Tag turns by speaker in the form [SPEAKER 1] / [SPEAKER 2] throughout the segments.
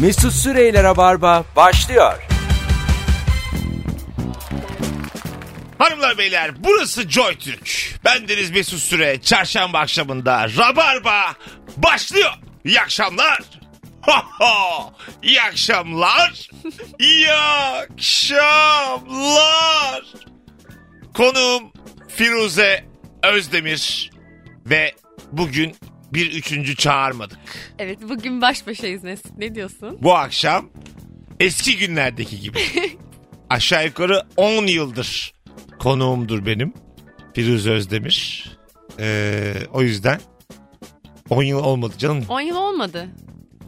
[SPEAKER 1] Mesut Süreyler'e barba başlıyor.
[SPEAKER 2] Hanımlar beyler burası Joy Türk. Bendeniz Mesut Süre. Çarşamba akşamında Rabarba başlıyor. İyi akşamlar. Ho ho. İyi akşamlar. İyi akşamlar. Konuğum Firuze Özdemir ve bugün bir üçüncü çağırmadık.
[SPEAKER 3] Evet bugün baş başayız Mesut. Ne diyorsun?
[SPEAKER 2] Bu akşam eski günlerdeki gibi. Aşağı yukarı 10 yıldır konuğumdur benim. Firuze Özdemir. Ee, o yüzden 10 yıl olmadı canım.
[SPEAKER 3] 10 yıl olmadı.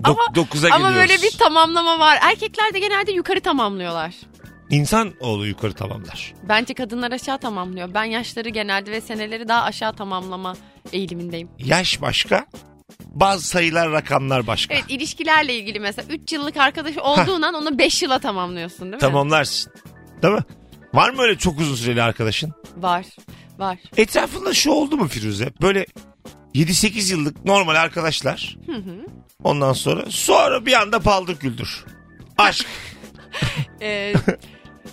[SPEAKER 2] Dok- 9'a
[SPEAKER 3] ama
[SPEAKER 2] geliyoruz.
[SPEAKER 3] böyle bir tamamlama var. Erkekler de genelde yukarı tamamlıyorlar.
[SPEAKER 2] İnsan oğlu yukarı tamamlar.
[SPEAKER 3] Bence kadınlar aşağı tamamlıyor. Ben yaşları genelde ve seneleri daha aşağı tamamlama eğilimindeyim.
[SPEAKER 2] Yaş başka. Bazı sayılar rakamlar başka.
[SPEAKER 3] Evet ilişkilerle ilgili mesela 3 yıllık arkadaş olduğun an onu 5 yıla tamamlıyorsun değil mi?
[SPEAKER 2] Tamamlarsın. Değil mi? Var mı öyle çok uzun süreli arkadaşın?
[SPEAKER 3] Var. Var.
[SPEAKER 2] Etrafında şu oldu mu Firuze? Böyle 7-8 yıllık normal arkadaşlar. Ondan sonra sonra bir anda paldır güldür. Aşk.
[SPEAKER 3] Ee,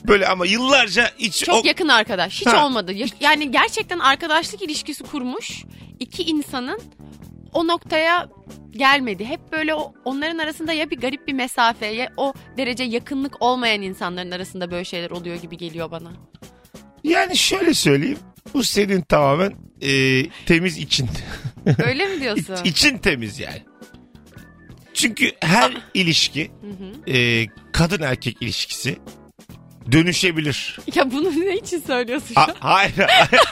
[SPEAKER 2] Böyle ama yıllarca hiç
[SPEAKER 3] çok
[SPEAKER 2] o-
[SPEAKER 3] yakın arkadaş. Hiç
[SPEAKER 2] Ha.
[SPEAKER 3] olmadı. Ya- Yani gerçekten arkadaşlık ilişkisi kurmuş iki insanın o noktaya gelmedi. Hep böyle o, onların arasında ya bir garip bir mesafe ya o derece yakınlık olmayan insanların arasında böyle şeyler oluyor gibi geliyor bana.
[SPEAKER 2] yani şöyle söyleyeyim. Bu senin tamamen e, temiz için.
[SPEAKER 3] Öyle mi diyorsun?
[SPEAKER 2] için temiz yani. Çünkü her
[SPEAKER 3] Ah.
[SPEAKER 2] ilişki e, kadın erkek ilişkisi dönüşebilir.
[SPEAKER 3] ya bunu ne için söylüyorsun? şu
[SPEAKER 2] A-
[SPEAKER 3] an?
[SPEAKER 2] hayır.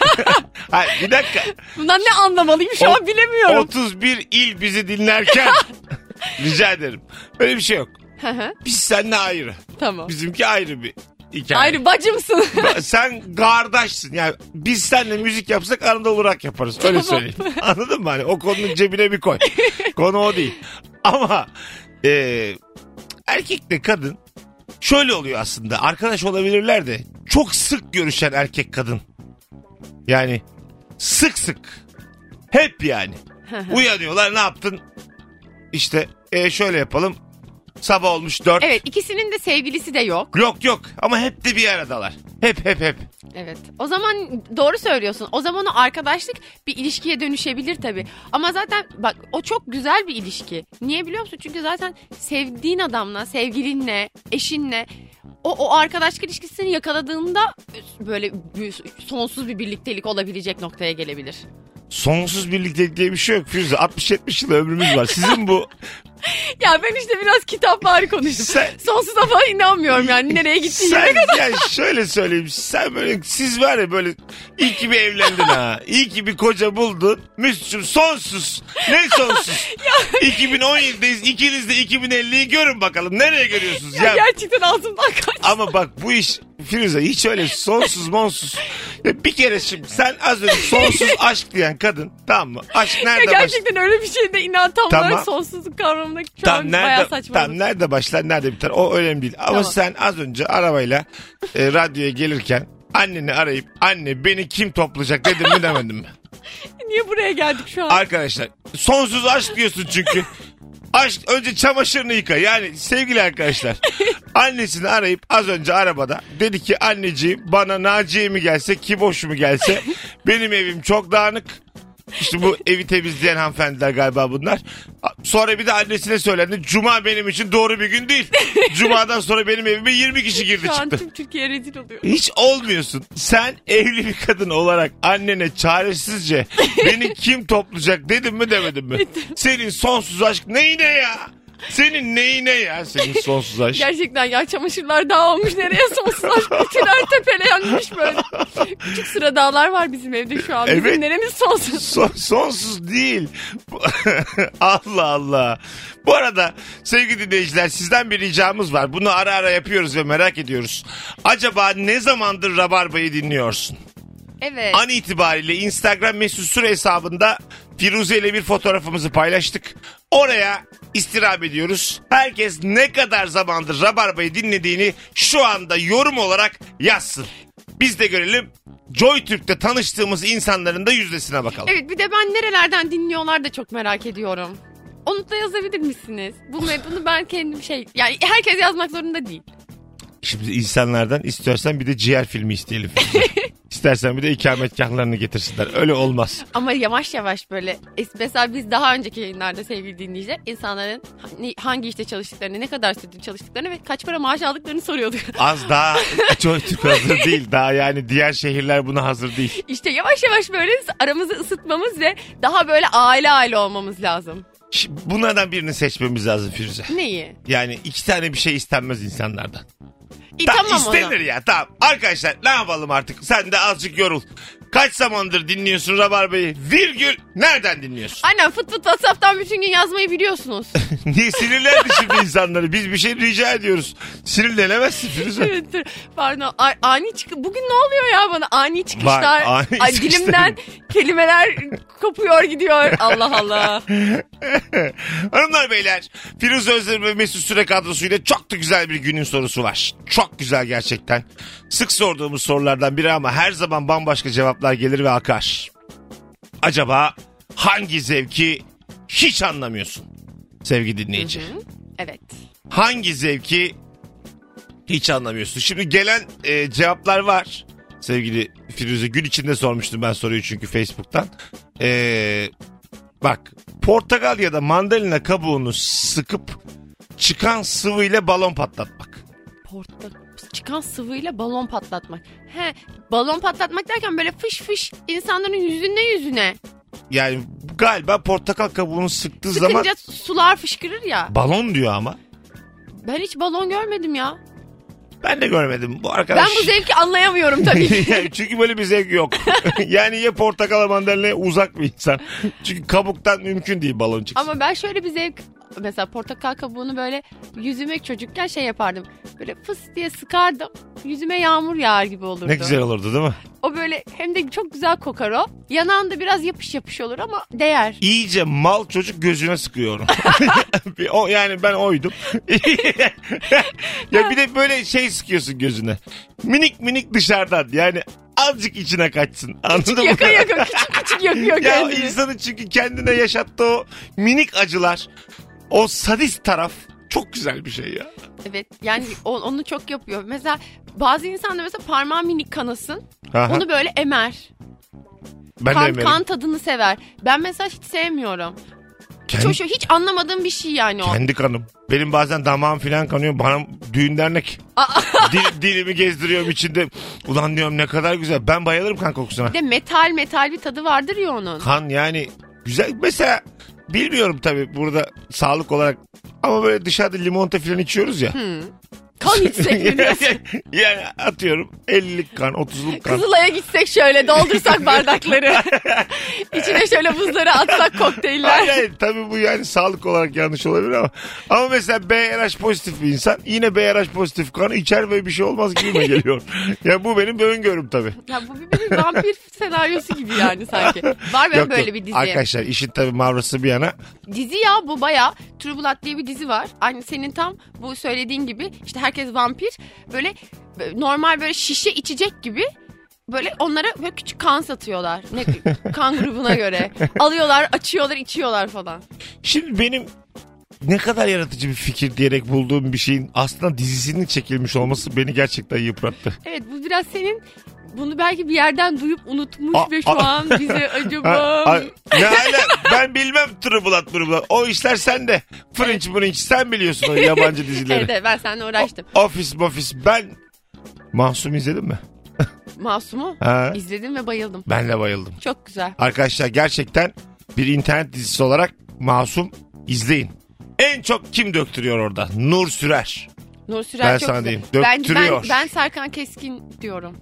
[SPEAKER 2] hayır. Bir dakika.
[SPEAKER 3] Bundan ne anlamalıyım şu
[SPEAKER 2] O-
[SPEAKER 3] an bilemiyorum.
[SPEAKER 2] 31 il bizi dinlerken rica ederim. Öyle bir şey yok.
[SPEAKER 3] Hı hı,
[SPEAKER 2] Biz seninle ayrı.
[SPEAKER 3] tamam.
[SPEAKER 2] Bizimki ayrı bir hikaye.
[SPEAKER 3] Ayrı bacımsın.
[SPEAKER 2] Sen kardeşsin. Yani biz seninle müzik yapsak Anadolu Rock yaparız. Öyle
[SPEAKER 3] Tamam.
[SPEAKER 2] söyleyeyim. Anladın mı? Hani o konunun cebine bir koy. Konu o değil. Ama e, erkekle kadın şöyle oluyor aslında. Arkadaş olabilirler de çok sık görüşen erkek kadın. Yani sık sık. Hep yani. Uyanıyorlar ne yaptın? İşte e, şöyle yapalım. Sabah olmuş dört.
[SPEAKER 3] evet ikisinin de sevgilisi de yok.
[SPEAKER 2] Yok yok ama hep de bir aradalar. Hep hep hep.
[SPEAKER 3] Evet. O zaman doğru söylüyorsun. O zaman o arkadaşlık bir ilişkiye dönüşebilir tabii. Ama zaten bak o çok güzel bir ilişki. Niye biliyor musun? Çünkü zaten sevdiğin adamla, sevgilinle, eşinle o, o arkadaşlık ilişkisini yakaladığında böyle bir- sonsuz bir birliktelik olabilecek noktaya gelebilir.
[SPEAKER 2] Sonsuz birliktelik diye bir şey yok Firuze. 60-70 yıl ömrümüz var. Sizin bu
[SPEAKER 3] Ya ben işte biraz kitap bari konuştum.
[SPEAKER 2] Sen-
[SPEAKER 3] Sonsuza falan inanmıyorum yani. Nereye gittiğini.
[SPEAKER 2] sen yani şöyle söyleyeyim. Sen böyle siz var ya böyle iyi ki bir evlendin ha. İyi ki bir koca buldun. Müslüm sonsuz. Ne sonsuz? 2017'deyiz. İkiniz de 2050'yi görün bakalım. Nereye görüyorsunuz? Ya,
[SPEAKER 3] Gerçekten ağzımdan kaçtı.
[SPEAKER 2] Ama bak bu iş Firuze hiç öyle sonsuz monsuz. Ya bir kere şimdi sen az önce sonsuz aşk diyen kadın tamam mı? Aşk nerede başlıyor?
[SPEAKER 3] gerçekten öyle bir şeyde inan tam
[SPEAKER 2] Tamam.
[SPEAKER 3] olarak sonsuzluk kavramına şu
[SPEAKER 2] Tam
[SPEAKER 3] an bayağı
[SPEAKER 2] nerede,
[SPEAKER 3] saçmaladım.
[SPEAKER 2] tam nerede başlar nerede biter o önemli değil. Ama
[SPEAKER 3] Tamam.
[SPEAKER 2] sen az önce arabayla e, radyoya gelirken anneni arayıp anne beni kim toplayacak dedim mi demedim mi?
[SPEAKER 3] Niye buraya geldik şu an?
[SPEAKER 2] Arkadaşlar sonsuz aşk diyorsun çünkü. Aşk önce çamaşırını yıka. Yani sevgili arkadaşlar annesini arayıp az önce arabada dedi ki anneciğim bana Naciye mi gelse Kiboş mu gelse benim evim çok dağınık. İşte bu evi temizleyen hanımefendiler galiba bunlar. Sonra bir de annesine söylendi. Cuma benim için doğru bir gün değil. Cuma'dan sonra benim evime 20 kişi girdi
[SPEAKER 3] şu an
[SPEAKER 2] çıktı.
[SPEAKER 3] tüm Türkiye rezil oluyor.
[SPEAKER 2] Hiç olmuyorsun. Sen evli bir kadın olarak annene çaresizce beni kim toplayacak dedim mi demedim mi? Senin sonsuz aşk neyine ya? Senin neyine ya senin sonsuz aşk?
[SPEAKER 3] Gerçekten ya çamaşırlar dağılmış nereye sonsuzlar. Bütünler tepelenmiş böyle. Küçük sıra dağlar var bizim evde şu an. Bizim
[SPEAKER 2] Evet.
[SPEAKER 3] neremiz sonsuz.
[SPEAKER 2] Son- sonsuz değil. Allah Allah. Bu arada sevgili dinleyiciler sizden bir ricamız var. Bunu ara ara yapıyoruz ve merak ediyoruz. Acaba ne zamandır Rabarba'yı dinliyorsun?
[SPEAKER 3] Evet.
[SPEAKER 2] An itibariyle Instagram mesut süre hesabında Firuze ile bir fotoğrafımızı paylaştık. Oraya istirap ediyoruz. Herkes ne kadar zamandır Rabarba'yı dinlediğini şu anda yorum olarak yazsın. Biz de görelim. JoyTürk'te tanıştığımız insanların da yüzdesine bakalım.
[SPEAKER 3] Evet bir de ben nerelerden dinliyorlar da çok merak ediyorum. Onu da yazabilir misiniz? Bunu, bunu ben kendim şey... Yani herkes yazmak zorunda değil.
[SPEAKER 2] Şimdi insanlardan istiyorsan bir de ciğer filmi isteyelim. İstersen bir de ikametgahlarını getirsinler. Öyle olmaz.
[SPEAKER 3] Ama yavaş yavaş böyle es- mesela biz daha önceki yayınlarda sevgili dinleyiciler insanların hani hangi işte çalıştıklarını, ne kadar süredir çalıştıklarını ve kaç para maaş aldıklarını soruyorduk.
[SPEAKER 2] Az daha çok Türk hazır değil. Daha yani diğer şehirler buna hazır değil.
[SPEAKER 3] işte yavaş yavaş böyle aramızı ısıtmamız ve daha böyle aile aile olmamız lazım.
[SPEAKER 2] Şimdi bunlardan birini seçmemiz lazım Firuze.
[SPEAKER 3] Neyi?
[SPEAKER 2] Yani iki tane bir şey istenmez insanlardan.
[SPEAKER 3] İyi,
[SPEAKER 2] Ta-
[SPEAKER 3] tamam o
[SPEAKER 2] istenir
[SPEAKER 3] zaman.
[SPEAKER 2] ya tamam. Arkadaşlar ne yapalım artık? Sen de azıcık yorul. Kaç zamandır dinliyorsun Rabarba'yı? Virgül nereden dinliyorsun?
[SPEAKER 3] Aynen fıt fıt WhatsApp'tan bütün gün yazmayı biliyorsunuz.
[SPEAKER 2] Niye sinirlendi şimdi insanları? Biz bir şey rica ediyoruz. Sinirlenemezsin Firuze.
[SPEAKER 3] Evet, dur. Pardon a- ani çık bugün ne oluyor ya bana ani çıkışlar
[SPEAKER 2] Var, ani
[SPEAKER 3] Ay,
[SPEAKER 2] çıkışlar.
[SPEAKER 3] dilimden kelimeler kopuyor gidiyor Allah Allah
[SPEAKER 2] Hanımlar beyler Firuze Özdemir ve Mesut Süre kadrosuyla çok da güzel bir günün sorusu var. Çok güzel gerçekten. Sık sorduğumuz sorulardan biri ama her zaman bambaşka cevaplar gelir ve akar. Acaba hangi zevki hiç anlamıyorsun sevgili dinleyici?
[SPEAKER 3] evet
[SPEAKER 2] hangi zevki hiç anlamıyorsun. Şimdi gelen e, cevaplar var. Sevgili Firuze gün içinde sormuştum ben soruyu çünkü Facebook'tan. E, bak portakal ya da mandalina kabuğunu sıkıp çıkan sıvı ile balon patlatmak.
[SPEAKER 3] portta çıkan sıvıyla balon patlatmak he balon patlatmak derken böyle fış fış insanların yüzüne yüzüne
[SPEAKER 2] Yani galiba portakal kabuğunu sıktığı
[SPEAKER 3] sıkınca
[SPEAKER 2] zaman
[SPEAKER 3] sular fışkırır ya
[SPEAKER 2] balon diyor ama.
[SPEAKER 3] ben hiç balon görmedim ya
[SPEAKER 2] Ben de görmedim bu
[SPEAKER 3] ben
[SPEAKER 2] arkadaş.
[SPEAKER 3] bu zevki anlayamıyorum tabii
[SPEAKER 2] Yani çünkü böyle bir zevk yok. yani ya portakala mandalinaya uzak bir insan. Çünkü kabuktan mümkün değil balon çıksın.
[SPEAKER 3] Ama ben şöyle bir zevk mesela portakal kabuğunu böyle yüzüme çocukken şey yapardım. Böyle fıs diye sıkardım. Yüzüme yağmur yağar gibi olurdu.
[SPEAKER 2] Ne güzel olurdu değil mi?
[SPEAKER 3] O böyle hem de çok güzel kokar o. Yanağında biraz yapış yapış olur ama değer.
[SPEAKER 2] İyice mal çocuk gözüne sıkıyorum. o yani ben oydum. ya bir de böyle şey sıkıyorsun gözüne. Minik minik dışarıdan yani azıcık içine kaçsın. Anladın mı?
[SPEAKER 3] Yaka yaka küçük küçük yakıyor
[SPEAKER 2] ya
[SPEAKER 3] kendini.
[SPEAKER 2] insanın çünkü kendine yaşattığı o minik acılar. O sadist taraf çok güzel bir şey ya.
[SPEAKER 3] Evet yani o- onu çok yapıyor. Mesela bazı insanlar mesela parmağı minik kanasın.
[SPEAKER 2] Aha,
[SPEAKER 3] Onu böyle emer.
[SPEAKER 2] ben de
[SPEAKER 3] kan,
[SPEAKER 2] emerim.
[SPEAKER 3] kan tadını sever. Ben mesela hiç sevmiyorum. Hiç,
[SPEAKER 2] Kend-
[SPEAKER 3] hoş- hiç anlamadığım bir şey yani o.
[SPEAKER 2] Kendi kanım. Benim bazen damağım filan kanıyor. Bana düğün dernek. Dil- dilimi gezdiriyorum içinde. Ulan diyorum ne kadar güzel. Ben bayılırım kan kokusuna.
[SPEAKER 3] Bir de metal metal bir tadı vardır ya onun.
[SPEAKER 2] Kan yani güzel. Mesela bilmiyorum tabii burada sağlık olarak ama böyle dışarıda limonata filan içiyoruz ya.
[SPEAKER 3] Kan içsek mi biraz?
[SPEAKER 2] yani atıyorum 50'lik kan, 30'luk kan.
[SPEAKER 3] Kızılay'a gitsek şöyle doldursak bardakları. İçine şöyle buzları atsak kokteyller.
[SPEAKER 2] Hayır, hayır. tabii bu yani sağlık olarak yanlış olabilir ama. Ama mesela BRH pozitif bir insan yine BRH pozitif kanı içer ve bir şey olmaz gibi mi geliyor? ya bu benim bir öngörüm tabii.
[SPEAKER 3] Ya bu bir, bir vampir senaryosu gibi yani sanki. Var mı
[SPEAKER 2] Yok,
[SPEAKER 3] böyle
[SPEAKER 2] yok.
[SPEAKER 3] bir dizi?
[SPEAKER 2] Arkadaşlar işin tabii mavrası bir yana.
[SPEAKER 3] Dizi ya bu baya True Blood diye bir dizi var. Aynı senin tam bu söylediğin gibi işte herkes vampir. Böyle böyle normal böyle şişe içecek gibi böyle onlara böyle küçük kan satıyorlar. Ne, kan grubuna göre. Alıyorlar, açıyorlar, içiyorlar falan.
[SPEAKER 2] Şimdi benim ne kadar yaratıcı bir fikir diyerek bulduğum bir şeyin aslında dizisinin çekilmiş olması beni gerçekten yıprattı.
[SPEAKER 3] Evet bu biraz senin bunu belki bir yerden duyup unutmuş
[SPEAKER 2] A-
[SPEAKER 3] ve şu
[SPEAKER 2] a-
[SPEAKER 3] an bize acaba...
[SPEAKER 2] Ha, ha, ne hala ben bilmem Trubulat Trubulat. O işler sende. Fırınç mırınç sen biliyorsun o yabancı dizileri.
[SPEAKER 3] evet, evet ben seninle uğraştım.
[SPEAKER 2] Ofis mofis ben Mahsum izledin mi?
[SPEAKER 3] Masum'u
[SPEAKER 2] Ha,
[SPEAKER 3] izledim ve bayıldım.
[SPEAKER 2] ben de bayıldım.
[SPEAKER 3] Çok güzel.
[SPEAKER 2] Arkadaşlar gerçekten bir internet dizisi olarak Masum izleyin. En çok kim döktürüyor orada? Nur Sürer.
[SPEAKER 3] Nur Sürer
[SPEAKER 2] Ben
[SPEAKER 3] çok
[SPEAKER 2] sana
[SPEAKER 3] güzel.
[SPEAKER 2] diyeyim,
[SPEAKER 3] Ben,
[SPEAKER 2] döktürüyor.
[SPEAKER 3] ben, ben Serkan Keskin diyorum.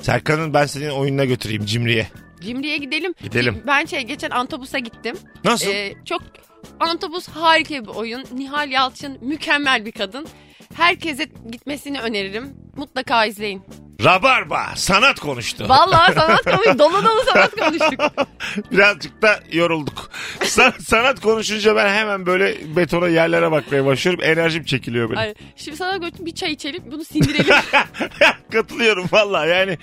[SPEAKER 2] Serkan'ın ben senin oyununa götüreyim Cimri'ye.
[SPEAKER 3] Cimri'ye gidelim.
[SPEAKER 2] Gidelim.
[SPEAKER 3] Ben şey geçen Antobus'a gittim.
[SPEAKER 2] Nasıl?
[SPEAKER 3] Ee, çok Antobus harika bir oyun. Nihal Yalçın mükemmel bir kadın. Herkese gitmesini öneririm. Mutlaka izleyin.
[SPEAKER 2] Rabarba sanat konuştu.
[SPEAKER 3] Vallahi sanat konuştuk. Dolu dolu sanat konuştuk.
[SPEAKER 2] Birazcık da yorulduk. Sa- sanat konuşunca ben hemen böyle betona yerlere bakmaya başlıyorum. Enerjim çekiliyor benim.
[SPEAKER 3] Ay, şimdi sana götür bir çay içelim bunu sindirelim.
[SPEAKER 2] Katılıyorum valla yani.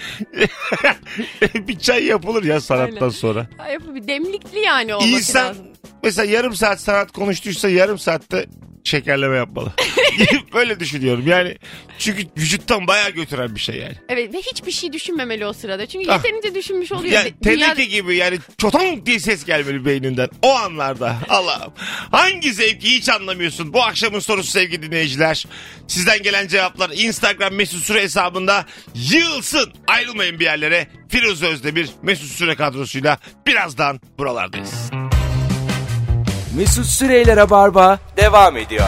[SPEAKER 2] bir çay yapılır ya sanattan
[SPEAKER 3] Öyle.
[SPEAKER 2] sonra.
[SPEAKER 3] Ay, yapı- bir demlikli yani olması
[SPEAKER 2] İnsan
[SPEAKER 3] lazım.
[SPEAKER 2] mesela yarım saat sanat konuştuysa yarım saatte şekerleme yapmalı. Böyle düşünüyorum yani. Çünkü vücuttan bayağı götüren bir şey yani.
[SPEAKER 3] Evet ve hiçbir şey düşünmemeli o sırada. Çünkü
[SPEAKER 2] Ah.
[SPEAKER 3] yeterince düşünmüş oluyor.
[SPEAKER 2] Ya
[SPEAKER 3] De-
[SPEAKER 2] teneke
[SPEAKER 3] dünya-
[SPEAKER 2] gibi yani çoton diye ses gelmeli beyninden. O anlarda Allah'ım. Hangi zevki hiç anlamıyorsun? Bu akşamın sorusu sevgili dinleyiciler. Sizden gelen cevaplar Instagram mesut süre hesabında yığılsın. Ayrılmayın bir yerlere. Firuze Özdemir mesut süre kadrosuyla birazdan buralardayız.
[SPEAKER 1] Mesut Süreyler'e barba devam ediyor.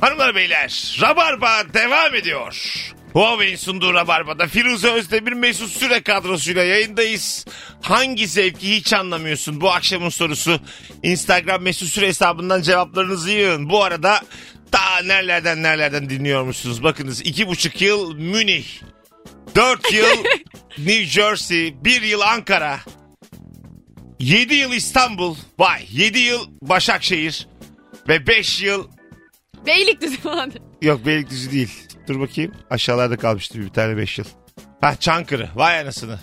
[SPEAKER 2] Hanımlar beyler Rabarba devam ediyor. Huawei'in sunduğu Rabarba'da Firuze Özdemir Mesut Süre kadrosuyla yayındayız. Hangi zevki hiç anlamıyorsun bu akşamın sorusu. Instagram Mesut Süre hesabından cevaplarınızı yığın. Bu arada daha nerelerden nerelerden dinliyormuşsunuz. Bakınız iki buçuk yıl Münih, dört yıl New Jersey, bir yıl Ankara, 7 yıl İstanbul, vay 7 yıl Başakşehir ve 5 yıl
[SPEAKER 3] Beylikdüzü falan.
[SPEAKER 2] Yok Beylikdüzü değil. Dur bakayım. Aşağılarda kalmıştı bir tane 5 yıl. Ha Çankırı. Vay anasını.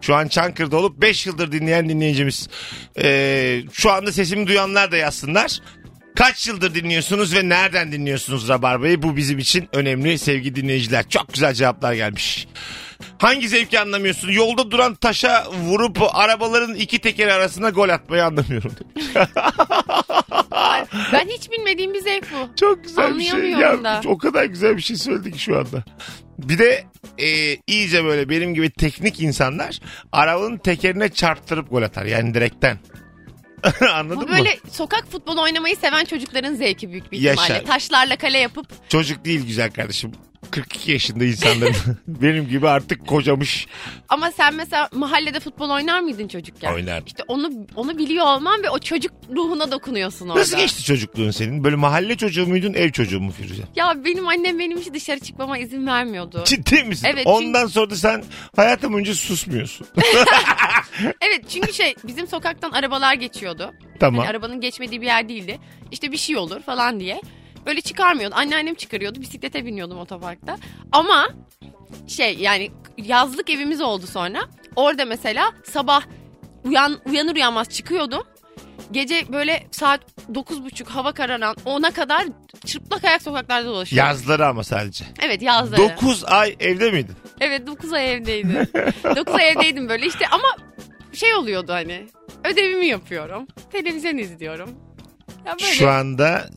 [SPEAKER 2] Şu an Çankırı'da olup 5 yıldır dinleyen dinleyicimiz. Ee, şu anda sesimi duyanlar da yazsınlar. Kaç yıldır dinliyorsunuz ve nereden dinliyorsunuz Rabarba'yı? Bu bizim için önemli sevgili dinleyiciler. Çok güzel cevaplar gelmiş. Hangi zevki anlamıyorsun? Yolda duran taşa vurup arabaların iki tekeri arasına gol atmayı anlamıyorum.
[SPEAKER 3] Ben hiç bilmediğim bir zevk bu.
[SPEAKER 2] Çok güzel bir şey.
[SPEAKER 3] Anlayamıyorum
[SPEAKER 2] Ya,
[SPEAKER 3] da.
[SPEAKER 2] o kadar güzel bir şey söyledi ki şu anda. Bir de e, iyice böyle benim gibi teknik insanlar arabanın tekerine çarptırıp gol atar. Yani direkten. Anladın
[SPEAKER 3] Bu
[SPEAKER 2] mı?
[SPEAKER 3] böyle sokak futbolu oynamayı seven çocukların zevki büyük bir ihtimalle.
[SPEAKER 2] Yaşar.
[SPEAKER 3] Taşlarla kale yapıp
[SPEAKER 2] Çocuk değil güzel kardeşim. 42 yaşında insanların benim gibi artık kocamış.
[SPEAKER 3] ama sen mesela mahallede futbol oynar mıydın çocukken?
[SPEAKER 2] Oynardım.
[SPEAKER 3] İşte onu onu biliyor olman ve o çocuk ruhuna dokunuyorsun orada.
[SPEAKER 2] Nasıl geçti çocukluğun senin? Böyle mahalle çocuğu muydun, ev çocuğu mu Firuze?
[SPEAKER 3] Ya benim annem benim hiç dışarı çıkmama izin vermiyordu.
[SPEAKER 2] Ciddi misin?
[SPEAKER 3] Evet, çünkü-
[SPEAKER 2] Ondan sonra da sen hayatım boyunca susmuyorsun.
[SPEAKER 3] Evet çünkü şey bizim sokaktan arabalar geçiyordu.
[SPEAKER 2] tamam.
[SPEAKER 3] Hani arabanın geçmediği bir yer değildi. İşte bir şey olur falan diye. Böyle çıkarmıyordu. Anneannem çıkarıyordu. Bisiklete biniyordum otoparkta. Ama şey yani yazlık evimiz oldu sonra. Orada mesela sabah uyan uyanır uyanmaz çıkıyordum. Gece böyle saat dokuz buçuk hava kararan ona kadar çırplak ayak sokaklarda dolaşıyordum.
[SPEAKER 2] Yazları ama sadece.
[SPEAKER 3] Evet yazları.
[SPEAKER 2] 9 ay evde miydin?
[SPEAKER 3] Evet 9 ay evdeydim. 9 ay evdeydim böyle işte ama şey oluyordu hani. Ödevimi yapıyorum. Televizyon izliyorum. Ya böyle.
[SPEAKER 2] Şu anda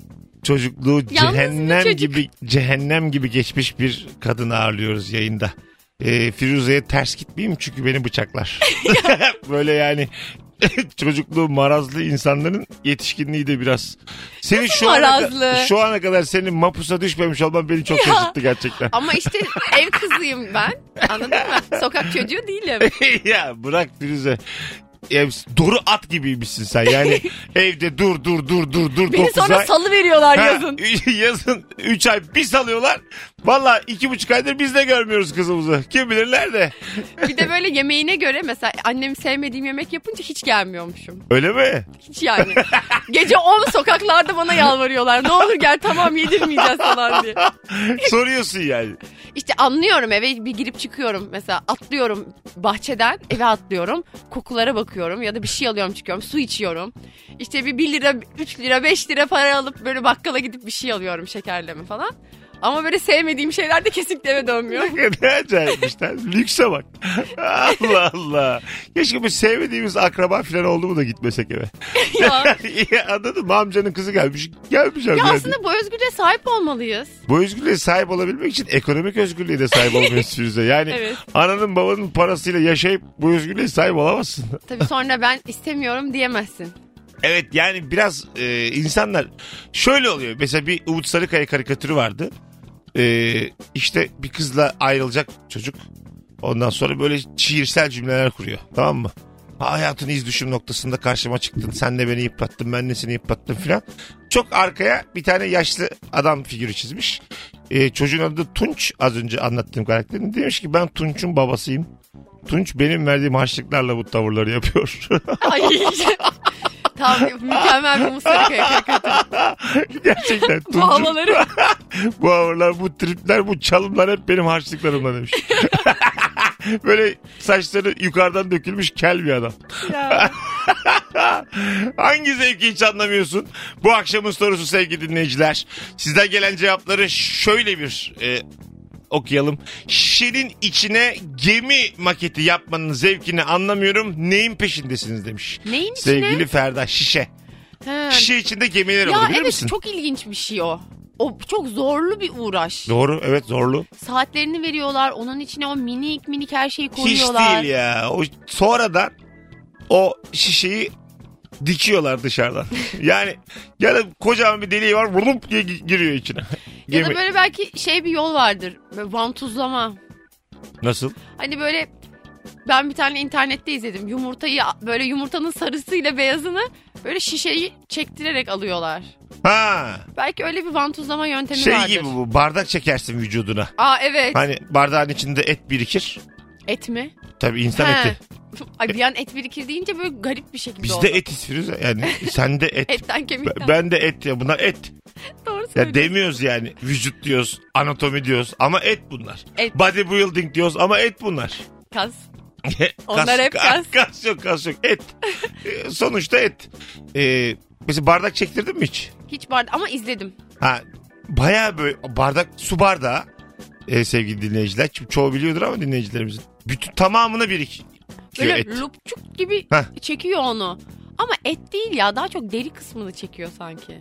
[SPEAKER 2] çocukluğu
[SPEAKER 3] bir
[SPEAKER 2] cehennem
[SPEAKER 3] çocuk.
[SPEAKER 2] gibi cehennem gibi geçmiş bir kadını ağırlıyoruz yayında. Ee, Firuze'ye ters gitmeyeyim çünkü beni bıçaklar. Böyle yani çocukluğu marazlı insanların yetişkinliği de biraz. Senin şu
[SPEAKER 3] marazlı?
[SPEAKER 2] ana, şu ana kadar senin mapusa düşmemiş olman beni çok
[SPEAKER 3] Ya.
[SPEAKER 2] şaşırttı gerçekten.
[SPEAKER 3] Ama işte ev kızıyım ben. Anladın mı? Sokak çocuğu değilim.
[SPEAKER 2] ya bırak Firuze. Ya, Doru at gibiymişsin sen yani evde dur dur dur dur dur
[SPEAKER 3] Beni
[SPEAKER 2] dokuz
[SPEAKER 3] sonra
[SPEAKER 2] ay.
[SPEAKER 3] salı veriyorlar
[SPEAKER 2] Ha,
[SPEAKER 3] yazın.
[SPEAKER 2] yazın 3 ay bir salıyorlar. Valla iki buçuk aydır biz de görmüyoruz kızımızı. Kim bilir nerede.
[SPEAKER 3] Bir de böyle yemeğine göre mesela annem sevmediğim yemek yapınca hiç gelmiyormuşum.
[SPEAKER 2] Öyle mi?
[SPEAKER 3] Hiç yani. Gece 10 sokaklarda bana yalvarıyorlar. Ne olur gel tamam yedirmeyeceğiz falan diye.
[SPEAKER 2] Soruyorsun yani.
[SPEAKER 3] İşte anlıyorum eve bir girip çıkıyorum mesela atlıyorum bahçeden eve atlıyorum kokulara bakıyorum ya da bir şey alıyorum çıkıyorum su içiyorum. İşte bir 1 lira 3 lira 5 lira para alıp böyle bakkala gidip bir şey alıyorum şekerleme falan. Ama böyle sevmediğim şeyler de kesinlikle eve dönmüyor.
[SPEAKER 2] ne acayipmiş lan. Lükse bak. Allah Allah. Keşke bu sevmediğimiz akraba falan oldu mu da gitmesek eve.
[SPEAKER 3] ya.
[SPEAKER 2] Ya Anladın mı? Amcanın kızı gelmiş. Gelmeyeceğim
[SPEAKER 3] ya
[SPEAKER 2] yani.
[SPEAKER 3] aslında bu özgürlüğe sahip olmalıyız.
[SPEAKER 2] Bu özgürlüğe sahip olabilmek için ekonomik özgürlüğe de sahip olmuyoruz Firuze. Yani
[SPEAKER 3] Evet.
[SPEAKER 2] ananın babanın parasıyla yaşayıp bu özgürlüğe sahip olamazsın.
[SPEAKER 3] Tabii sonra ben istemiyorum diyemezsin.
[SPEAKER 2] Evet yani biraz e, insanlar şöyle oluyor. Mesela bir Umut Sarıkaya karikatürü vardı. E, işte bir kızla ayrılacak çocuk. Ondan sonra böyle şiirsel cümleler kuruyor. Tamam mı? Hayatın iz düşüm noktasında karşıma çıktın. Sen de beni yıprattın. Ben de seni yıprattım filan. Çok arkaya bir tane yaşlı adam figürü çizmiş. E, çocuğun adı da Tunç az önce anlattığım karakterin. Demiş ki ben Tunç'un babasıyım. Tunç benim verdiğim harçlıklarla bu tavırları yapıyor.
[SPEAKER 3] Ay. Tam mükemmel bir mısır hakikaten.
[SPEAKER 2] Gerçekten
[SPEAKER 3] Bu
[SPEAKER 2] Tunç'un
[SPEAKER 3] havaları.
[SPEAKER 2] bu havalar, bu tripler, bu çalımlar hep benim harçlıklarımla demiş. Böyle saçları yukarıdan dökülmüş kel bir adam.
[SPEAKER 3] Ya.
[SPEAKER 2] Hangi zevki hiç anlamıyorsun? Bu akşamın sorusu sevgili dinleyiciler. Sizden gelen cevapları şöyle bir e, okuyalım. Şişenin içine gemi maketi yapmanın zevkini anlamıyorum. Neyin peşindesiniz demiş.
[SPEAKER 3] Neyin içine?
[SPEAKER 2] Sevgili Ferda şişe.
[SPEAKER 3] He.
[SPEAKER 2] Şişe içinde gemiler
[SPEAKER 3] Ya
[SPEAKER 2] olabilir
[SPEAKER 3] evet
[SPEAKER 2] misin?
[SPEAKER 3] çok ilginç bir şey o. O çok zorlu bir uğraş.
[SPEAKER 2] Doğru evet zorlu.
[SPEAKER 3] Saatlerini veriyorlar. Onun içine o minik minik her şeyi
[SPEAKER 2] Hiç
[SPEAKER 3] koyuyorlar.
[SPEAKER 2] değil ya. O sonradan o şişeyi dikiyorlar dışarıdan. Yani ya da kocaman bir deliği var vurup diye gi- giriyor içine.
[SPEAKER 3] Ya
[SPEAKER 2] Gemi-
[SPEAKER 3] da böyle belki şey bir yol vardır. Böyle vantuzlama.
[SPEAKER 2] Nasıl?
[SPEAKER 3] Hani böyle ben bir tane internette izledim. Yumurtayı böyle yumurtanın sarısıyla beyazını böyle şişeyi çektirerek alıyorlar.
[SPEAKER 2] Ha.
[SPEAKER 3] Belki öyle bir vantuzlama yöntemi
[SPEAKER 2] Şey
[SPEAKER 3] vardır.
[SPEAKER 2] gibi bu bardak çekersin vücuduna.
[SPEAKER 3] Aa evet.
[SPEAKER 2] Hani bardağın içinde et birikir.
[SPEAKER 3] Et mi?
[SPEAKER 2] Tabii insan
[SPEAKER 3] He.
[SPEAKER 2] eti.
[SPEAKER 3] Ay bir an et birikir deyince böyle garip bir şekilde oldu.
[SPEAKER 2] Bizde et istiyoruz yani sen de et.
[SPEAKER 3] Etten
[SPEAKER 2] B-
[SPEAKER 3] kemikten.
[SPEAKER 2] Ben de et ya bunlar et.
[SPEAKER 3] Doğru
[SPEAKER 2] Ya
[SPEAKER 3] söylüyorsun.
[SPEAKER 2] demiyoruz yani vücut diyoruz, anatomi diyoruz ama et bunlar.
[SPEAKER 3] Et.
[SPEAKER 2] Bodybuilding diyoruz ama et bunlar.
[SPEAKER 3] Kas.
[SPEAKER 2] Kas-
[SPEAKER 3] Onlar hep kas.
[SPEAKER 2] Kas yok kas yok et. Ee, Sonuçta et. Ee, mesela bardak çektirdin mi hiç?
[SPEAKER 3] Hiç bardak ama izledim.
[SPEAKER 2] Ha, bayağı böyle bardak su bardağı e, sevgili dinleyiciler. Çünkü çoğu biliyordur ama dinleyicilerimizin. Bütün tamamını birikiyor
[SPEAKER 3] Böyle
[SPEAKER 2] et.
[SPEAKER 3] lupçuk gibi
[SPEAKER 2] Heh.
[SPEAKER 3] çekiyor onu. Ama et değil ya daha çok deri kısmını çekiyor sanki.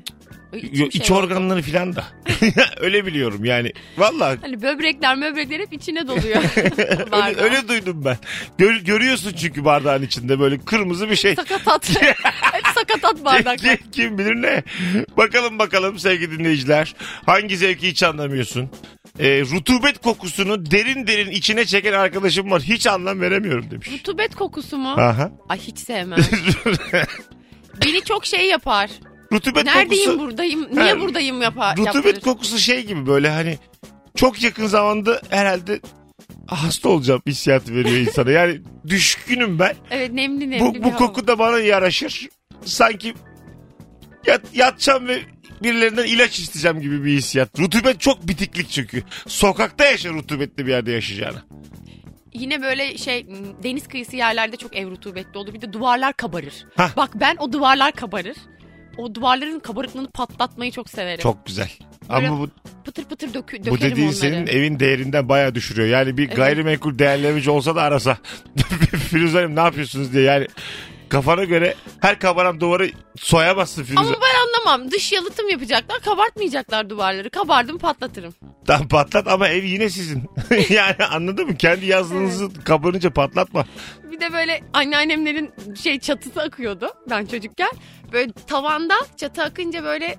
[SPEAKER 3] Öyle içi
[SPEAKER 2] Yo,
[SPEAKER 3] bir şey
[SPEAKER 2] iç
[SPEAKER 3] var.
[SPEAKER 2] organları filan da. Öyle biliyorum yani. Valla
[SPEAKER 3] Hani böbrekler böbrekler hep içine doluyor.
[SPEAKER 2] öyle, öyle duydum ben. Gör- görüyorsun çünkü bardağın içinde böyle kırmızı bir şey.
[SPEAKER 3] Sakatat. hep sakatat bardaklar.
[SPEAKER 2] Kim- Kim bilir ne. Bakalım bakalım sevgili dinleyiciler. Hangi zevki hiç anlamıyorsun? Ee, rutubet kokusunu derin derin içine çeken arkadaşım var. Hiç anlam veremiyorum demiş.
[SPEAKER 3] Rutubet kokusu mu?
[SPEAKER 2] Aha.
[SPEAKER 3] Ay hiç sevmem. Beni çok şey yapar.
[SPEAKER 2] rutubet
[SPEAKER 3] Neredeyim
[SPEAKER 2] kokusu.
[SPEAKER 3] buradayım?
[SPEAKER 2] Ha,
[SPEAKER 3] Niye buradayım yapar?
[SPEAKER 2] Rutubet kokusu şey gibi böyle hani çok yakın zamanda herhalde hasta olacağım hissiyatı veriyor insana. Yani düşkünüm ben.
[SPEAKER 3] Evet nemli nemli. bir
[SPEAKER 2] Bu, bu
[SPEAKER 3] hava.
[SPEAKER 2] koku da bana yaraşır. Sanki yat, yatacağım ve birilerinden ilaç isteyeceğim gibi bir hissiyat. Rutubet çok bitiklik çünkü. Sokakta yaşa rutubetli bir yerde yaşayacağını.
[SPEAKER 3] Yine böyle şey m, deniz kıyısı yerlerde çok ev rutubetli olur. Bir de duvarlar kabarır.
[SPEAKER 2] Hah.
[SPEAKER 3] Bak ben o duvarlar kabarır. O duvarların kabarıklığını patlatmayı çok severim.
[SPEAKER 2] Çok güzel.
[SPEAKER 3] Böyle
[SPEAKER 2] Ama bu,
[SPEAKER 3] Pıtır pıtır dökü,
[SPEAKER 2] bu
[SPEAKER 3] dökerim
[SPEAKER 2] dediğin
[SPEAKER 3] onları.
[SPEAKER 2] senin evin değerinden bayağı düşürüyor. Yani bir gayrimenkul değerlemeci olsa da arasa. Firuze Hanım ne yapıyorsunuz diye yani. Kafana göre her kabaran duvarı soyamazsın Firuze.
[SPEAKER 3] Ama ben anlamam. Dış yalıtım yapacaklar. Kabartmayacaklar duvarları. Kabardım patlatırım.
[SPEAKER 2] Tam patlat ama ev yine sizin. yani anladın mı? Kendi yazlığınızı kabarınca patlatma.
[SPEAKER 3] Bir de böyle anneannemlerin şey çatısı akıyordu ben çocukken. Böyle tavanda çatı akınca böyle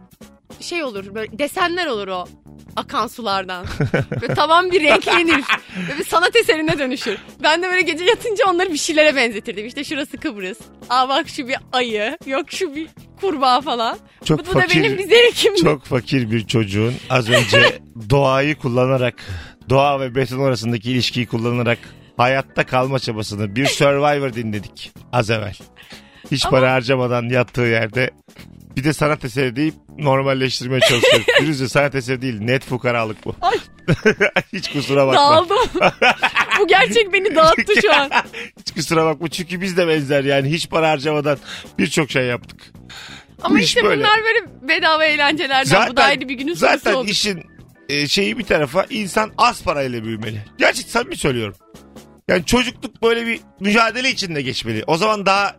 [SPEAKER 3] şey olur böyle desenler olur o akan sulardan. Böyle tavan bir renklenir. Böyle bir sanat eserine dönüşür. Ben de böyle gece yatınca onları bir şeylere benzetirdim. İşte şurası Kıbrıs. Aa bak şu bir ayı. Yok şu bir kurbağa falan.
[SPEAKER 2] Çok
[SPEAKER 3] bu, bu da
[SPEAKER 2] fakir.
[SPEAKER 3] benim bir zevkimdi.
[SPEAKER 2] Çok fakir bir çocuğun az önce doğayı kullanarak, doğa ve beton arasındaki ilişkiyi kullanarak hayatta kalma çabasını bir Survivor dinledik az evvel. Hiç para harcamadan yattığı yerde bir de sanat eseri deyip normalleştirmeye çalışıyor. Dürüstçe sanat eseri değil net fukaralık bu.
[SPEAKER 3] Ay.
[SPEAKER 2] Hiç kusura bakma.
[SPEAKER 3] Dağıldım. bu gerçek beni dağıttı şu an.
[SPEAKER 2] Hiç kusura bakma çünkü biz de benzer yani hiç para harcamadan birçok şey yaptık.
[SPEAKER 3] Ama
[SPEAKER 2] iş
[SPEAKER 3] işte
[SPEAKER 2] böyle.
[SPEAKER 3] bunlar böyle bedava eğlencelerden. bu da ayrı bir günün
[SPEAKER 2] zaten
[SPEAKER 3] sorusu oldu.
[SPEAKER 2] işin e, şeyi bir tarafa insan az parayla büyümeli. Gerçekten samimi söylüyorum. Yani çocukluk böyle bir mücadele içinde geçmeli. O zaman daha